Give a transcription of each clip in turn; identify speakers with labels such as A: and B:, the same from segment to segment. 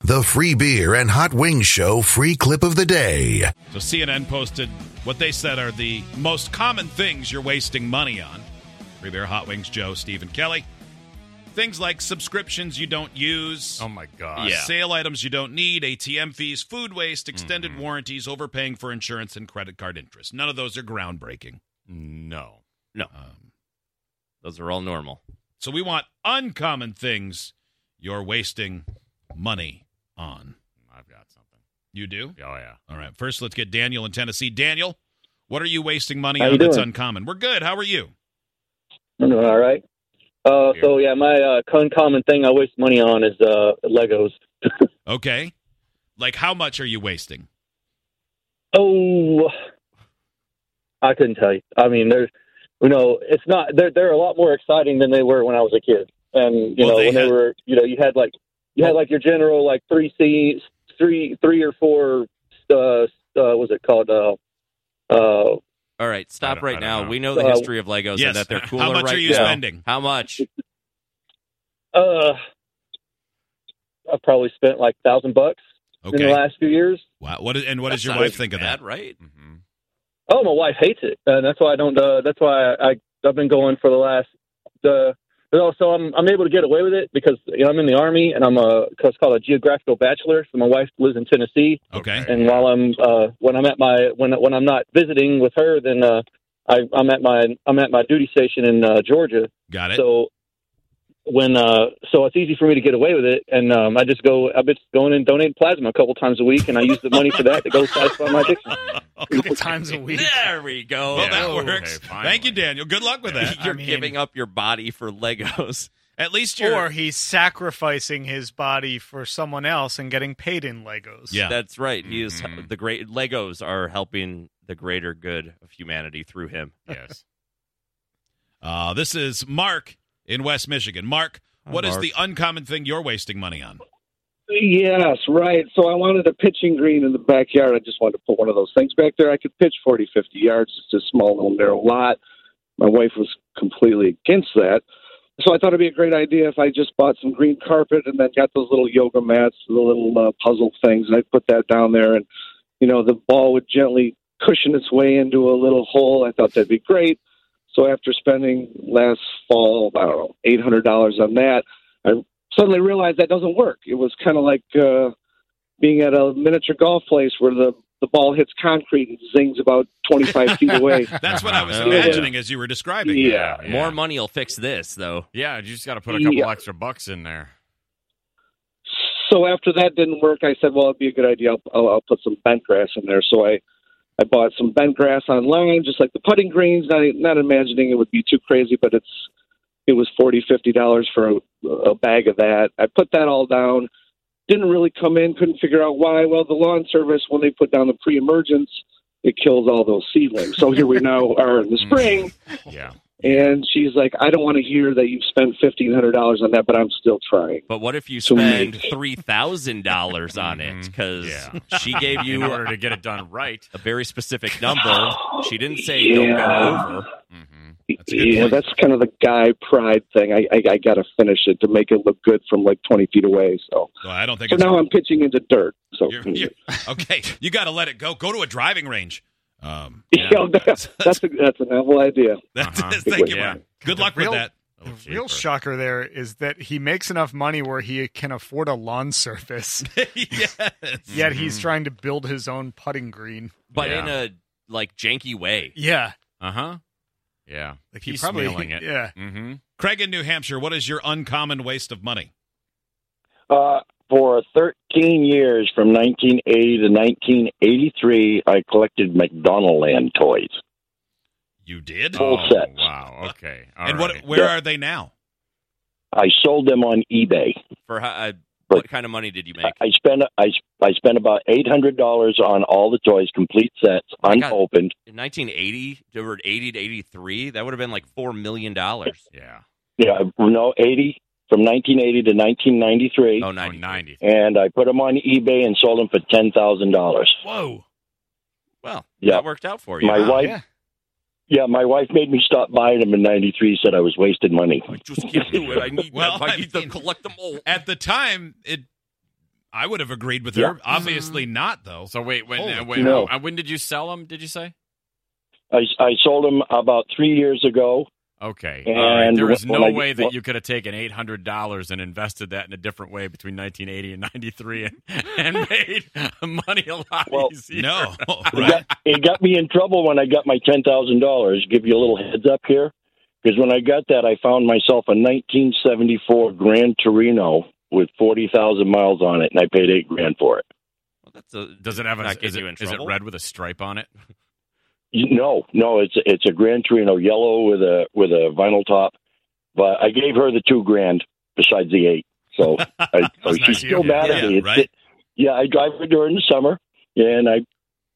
A: The free beer and hot wings show free clip of the day.
B: So CNN posted what they said are the most common things you're wasting money on. Free Beer, Hot Wings, Joe, Stephen Kelly. Things like subscriptions you don't use, uh,
C: Oh my god!
B: sale items you don't need, ATM fees, food waste, extended
C: Mm-hmm.
B: warranties, overpaying for insurance, and credit card interest. None of those are groundbreaking.
C: No.
B: Um,
C: Those are all normal.
B: so we want uncommon things you're wasting money on.
C: I've got something.
B: You do?
C: Oh yeah.
B: All right. First, let's get Daniel in Tennessee. Daniel, what are you wasting money
D: How
B: on
D: you
B: that's
D: doing?
B: uncommon? We're good. How are you?
D: I'm doing all right. Uh, so yeah, my uh, uncommon thing I waste money on is uh, Legos.
B: Okay. Like, how much are you wasting?
D: Oh, I couldn't tell you. I mean, there's, you know, it's not. They're they're a lot more exciting than they were when I was a kid. And you
B: Well,
D: know,
B: they
D: when
B: had-
D: they were, you know, you had like you had like your general like three C three three or four. Uh, uh, what's it called? Uh, uh,
E: All right,
C: I
E: stop
C: don't- I
E: right
C: don't
E: now.
C: know.
E: We know the
D: Uh,
E: history of Legos
B: yes.
E: and that they're
B: How
E: cooler
B: much are
E: right
B: you
E: now.
B: spending?
E: How much?
D: uh, I've probably spent like thousand bucks in
B: Okay.
D: the last few years.
B: Wow. What is, and what does
E: That's
B: your
E: not
B: wife
E: too
B: think of
E: bad,
B: that?
E: Right?
C: Mm-hmm.
D: Oh, my wife hates it, and that's why I don't. Uh, that's why I, I I've been going for the last the. But also, I'm I'm able to get away with it because you know I'm in the army and I'm a it's called a geographical bachelor. So my wife lives in Tennessee,
B: Okay.
D: and while I'm uh, when I'm at my when when I'm not visiting with her, then uh, I I'm at my I'm at my duty station in uh, Georgia.
B: Got it.
D: So when uh, so it's easy for me to get away with it, and um, I just go I've been going and donating plasma a couple times a week, and I use the money for that to go satisfy my addiction.
B: Okay.
F: couple times a week.
E: There we go.
B: Well,
C: Yeah.
B: that
C: Oh,
B: works.
C: okay,
B: Thank you,
C: finally.
B: Daniel. Good luck with that.
E: You're
F: I mean-
E: giving up your body for Legos.
B: At least you're.
F: Or he's sacrificing his body for someone else and getting paid in Legos.
B: yeah.
E: That's right. He is
C: Mhm.
E: the great Legos are helping the greater good of humanity through him.
C: Yes.
B: Uh, this is Mark in West Michigan. Mark,
E: Hi,
B: what is
E: Mark.
B: the uncommon thing you're wasting money on?
G: Yes, right. So I wanted a pitching green in the backyard. I just wanted to put one of those things back there. I could pitch 40, 50 yards. It's a small little narrow lot. My wife was completely against that. So I thought it'd be a great idea if I just bought some green carpet and then got those little yoga mats, the little uh, puzzle things, and I put that down there. And, you know, the ball would gently cushion its way into a little hole. I thought that'd be great. So after spending last fall, I don't know, $800 on that, suddenly realized that doesn't work. It was kind of like uh, being at a miniature golf place where the the ball hits concrete and zings about 25 feet away.
B: That's what I was
C: Yeah.
B: imagining as you were describing.
G: Yeah.
C: yeah.
E: More money will fix this, though.
C: Yeah, you just got to put a couple
G: Yeah.
C: extra bucks in there.
G: So after that didn't work, I said, "Well, it'd be a good idea. I'll, I'll, I'll put some bent grass in there." So I I bought some bent grass online, just like the putting greens. Not not imagining it would be too crazy, but it's it was forty fifty dollars for a, a bag of that. I put that all down. Didn't really come in. Couldn't figure out why. Well, the lawn service when they put down the pre-emergence, it kills all those seedlings. So here we now are in the spring.
C: Yeah.
G: And she's like, I don't want to hear that you've spent fifteen hundred dollars on that, but I'm still trying.
E: But what if you
G: So we
E: spend
G: make-
E: three thousand dollars on it because
C: Mhm.
E: she gave
C: In
E: you
C: order
E: a
C: to get it done right.
E: very specific number? She didn't say don't
G: Yeah.
E: go over.
C: Mm-hmm.
B: That's a good
G: yeah,
B: point.
G: that's kind of the guy pride thing. I, I, I got to finish it to make it look good from like 20 feet away. So,
B: Well, I don't think
G: so
B: it's.
G: now I'm pitching into dirt. So,
B: you're- you're- okay, you got to let it go. Go to a driving range. Um,
G: Yeah, that's, a, that's an awful idea.
B: That's
C: Uh-huh.
B: Thank you,
G: Yeah.
B: Mark. Good
F: The
B: luck
F: real-
B: with that. Oh,
C: The
F: The
E: little
F: real
E: cheaper.
F: shocker there is that he makes enough money where he can afford a lawn surface,
B: yes.
F: yet
C: Mm-hmm.
F: he's trying to build his own putting green.
E: but
C: Yeah.
E: in a like janky way.
F: Yeah.
C: Uh huh. Yeah.
F: Like he probably,
C: Piecemealing it.
F: Yeah.
C: Mm-hmm.
B: Craig in New Hampshire, what is your uncommon waste of money?
G: Uh, for 13 years, from 1980 to 1983, I collected McDonald Land toys.
B: You did?
G: Full
C: oh,
G: sets.
C: Wow. Okay. All
B: and
C: right.
B: what? Where
G: Yeah.
B: are they now?
G: I sold them on eBay.
E: For how, uh,
G: But-
E: what kind of money did you make?
G: I spent I, I spent about eight hundred dollars on all the toys, complete sets,
E: My God.
G: unopened.
E: in 1980, they were 80 to 83. That would have been like four million dollars.
C: Yeah.
G: Yeah, no eighty from nineteen eighty to nineteen ninety three,
E: Oh,
C: Oh,
E: 90.
C: 90.
G: and I put them on eBay and sold them for ten thousand dollars.
B: Whoa.
E: Well,
G: Yeah.
E: that worked out for you.
G: My
E: huh?
G: wife,
F: yeah.
G: yeah, my wife made me stop buying them in ninety three. Said I was wasting money.
E: I just can't do it. I need
B: Well,
E: them. I
B: I
E: need
B: mean-
E: to collect them all.
B: At the time, it. I would have agreed with
G: Yeah.
B: her.
E: Mm.
B: Obviously not, though.
C: So wait, when
B: Holy
C: uh, wait,
G: No.
C: uh, when did you sell them? Did you say?
G: I, I sold them about three years ago.
C: Okay.
G: And
C: All right. There was
G: when
C: no
G: I-
C: way that you could have taken eight hundred dollars and invested that in a different way between nineteen eighty and ninety three and, and made money a lot
G: Well,
C: easier.
B: No,
G: It
B: right?
G: got, it got me in trouble when I got my ten thousand dollars. Give you a little heads up here, because when I got that, I found myself a 1974 Grand Torino with 40,000 miles on it, and I paid eight grand for it.
E: Well, that's a,
C: Does it have a
E: Not get
C: is it,
E: you in
C: is it
E: trouble?
C: red with a stripe on it?
G: You- No, no, it's it's a Grand Torino yellow with a with a vinyl top, but I gave her the two grand besides the eight. So I,
B: was
G: Oh, she's
B: nice of
G: still
B: you.
G: mad at
B: Yeah,
G: me. It's-
B: right.
G: yeah, I drive her during the summer, and I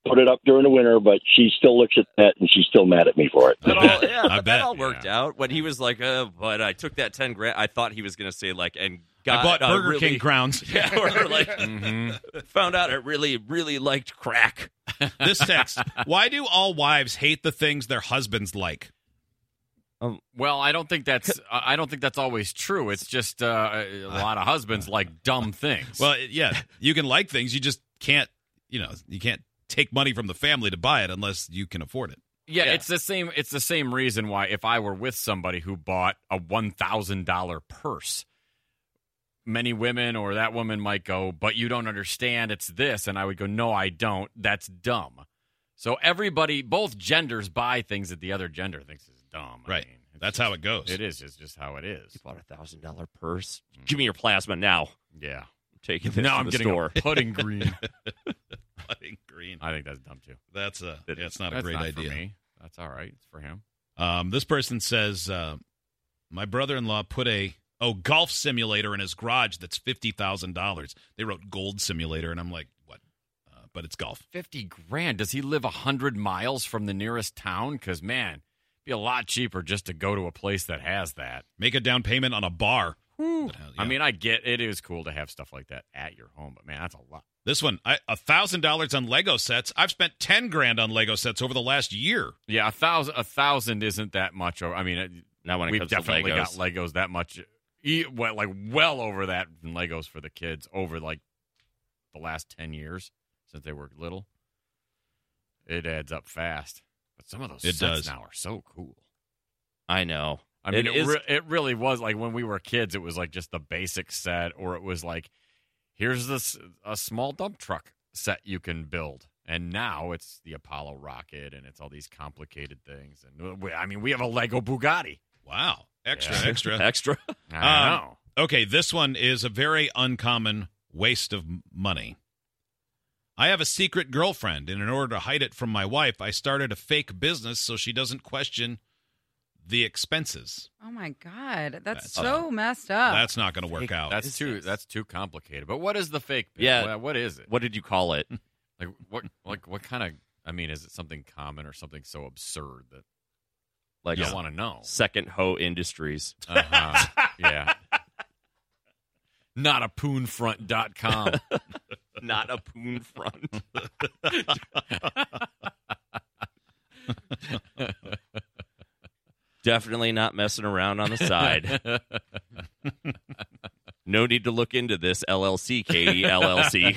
G: put it up during the winter, but she still looks at that and she's still mad at me for it.
E: That all,
B: bet.
E: yeah,
B: I
E: but that
B: bet,
E: all worked out. When he was like, uh, but I took that 10 grand, I thought he was going to say, like, and got
B: I bought
E: uh,
B: Burger
E: really-
B: King grounds.
E: Yeah, or like,
C: Mm-hmm.
E: found out I really, really liked crack.
B: this text. Why do all wives hate the things their husbands like?
C: Um, Well, I don't think that's I I don't think that's always true. It's just uh, a a lot of husbands like dumb things.
B: Well, it- yeah, you can like things, you just can't, you know, you can't take money from the family to buy it unless you can afford it.
C: yeah,
E: yeah.
C: it's the same. It's the same reason why if I were with somebody who bought a one thousand dollar purse, many women or that woman might go, "But you don't understand. It's this," and I would go, "No, I don't. That's dumb." So everybody, both genders, buy things that the other gender thinks is dumb.
B: Right.
C: I mean, it's
B: That's
C: just-
B: how it goes.
C: It is. It's just how it is.
E: You bought a $1,000 purse. Give me your plasma now.
C: Mm. Yeah.
E: I'm taking this
C: Now
E: to
C: I'm
E: the
C: getting
E: store.
C: a pudding green.
B: Putting green.
C: I think that's dumb too.
B: That's a yeah, it's not a
C: That's
B: great
C: not for
B: idea.
C: me. That's all right. It's for him.
B: Um, this person says, uh, my brother-in-law put a oh golf simulator in his garage that's fifty thousand dollars. They wrote gold simulator, and I'm like, what? Uh, but it's golf.
C: 50 grand. Does he live 100 miles from the nearest town? Because, man, it'd be a lot cheaper just to go to a place that has that.
B: Make a down payment on a bar. That has-
C: I
B: yeah.
C: mean, I get it is cool to have stuff like that at your home, but, man, that's a lot.
B: This one, I a thousand dollars on Lego sets. I've spent ten grand on Lego sets over the last year.
C: Yeah, a thousand, a thousand isn't that much. Over, I mean, it,
E: Now, when it
C: we've
E: comes to
C: definitely got
E: Legos,
C: Legos that much, e- well, like well over that in Legos for the kids over like the last ten years since they were little. It adds up fast, but some of those
B: It
C: sets
B: does.
C: now are so cool.
E: I know.
C: I
E: It
C: mean, it,
E: is-
C: re- it really was like when we were kids, it was like just the basic set, or it was like, here's this a small dump truck set you can build. And now it's the Apollo rocket, and it's all these complicated things. And we, I mean, we have a Lego Bugatti.
B: Wow, extra,
C: Yeah.
B: extra.
E: Extra.
C: I
B: Um,
C: know.
B: Okay, this one is a very uncommon waste of m- money. I have a secret girlfriend, and in order to hide it from my wife, I started a fake business so she doesn't question the expenses.
H: Oh my God. That's,
B: That's-
H: so messed
I: Oh.
H: up.
B: That's not going to work out.
C: That's too
E: this?
C: that's too complicated. But what is the fake? bit?
E: Yeah.
C: Wha- what is it?
E: What did you call it?
C: Like what like what kind of? I mean, is it something common or something so absurd that I
E: Like
C: just want to know?
E: Second Ho Industries.
C: Uh-huh. yeah. Not a poonfront.com.
E: Not a poon front. Definitely not messing around on the side. No need to look into this LLC, Katie LLC.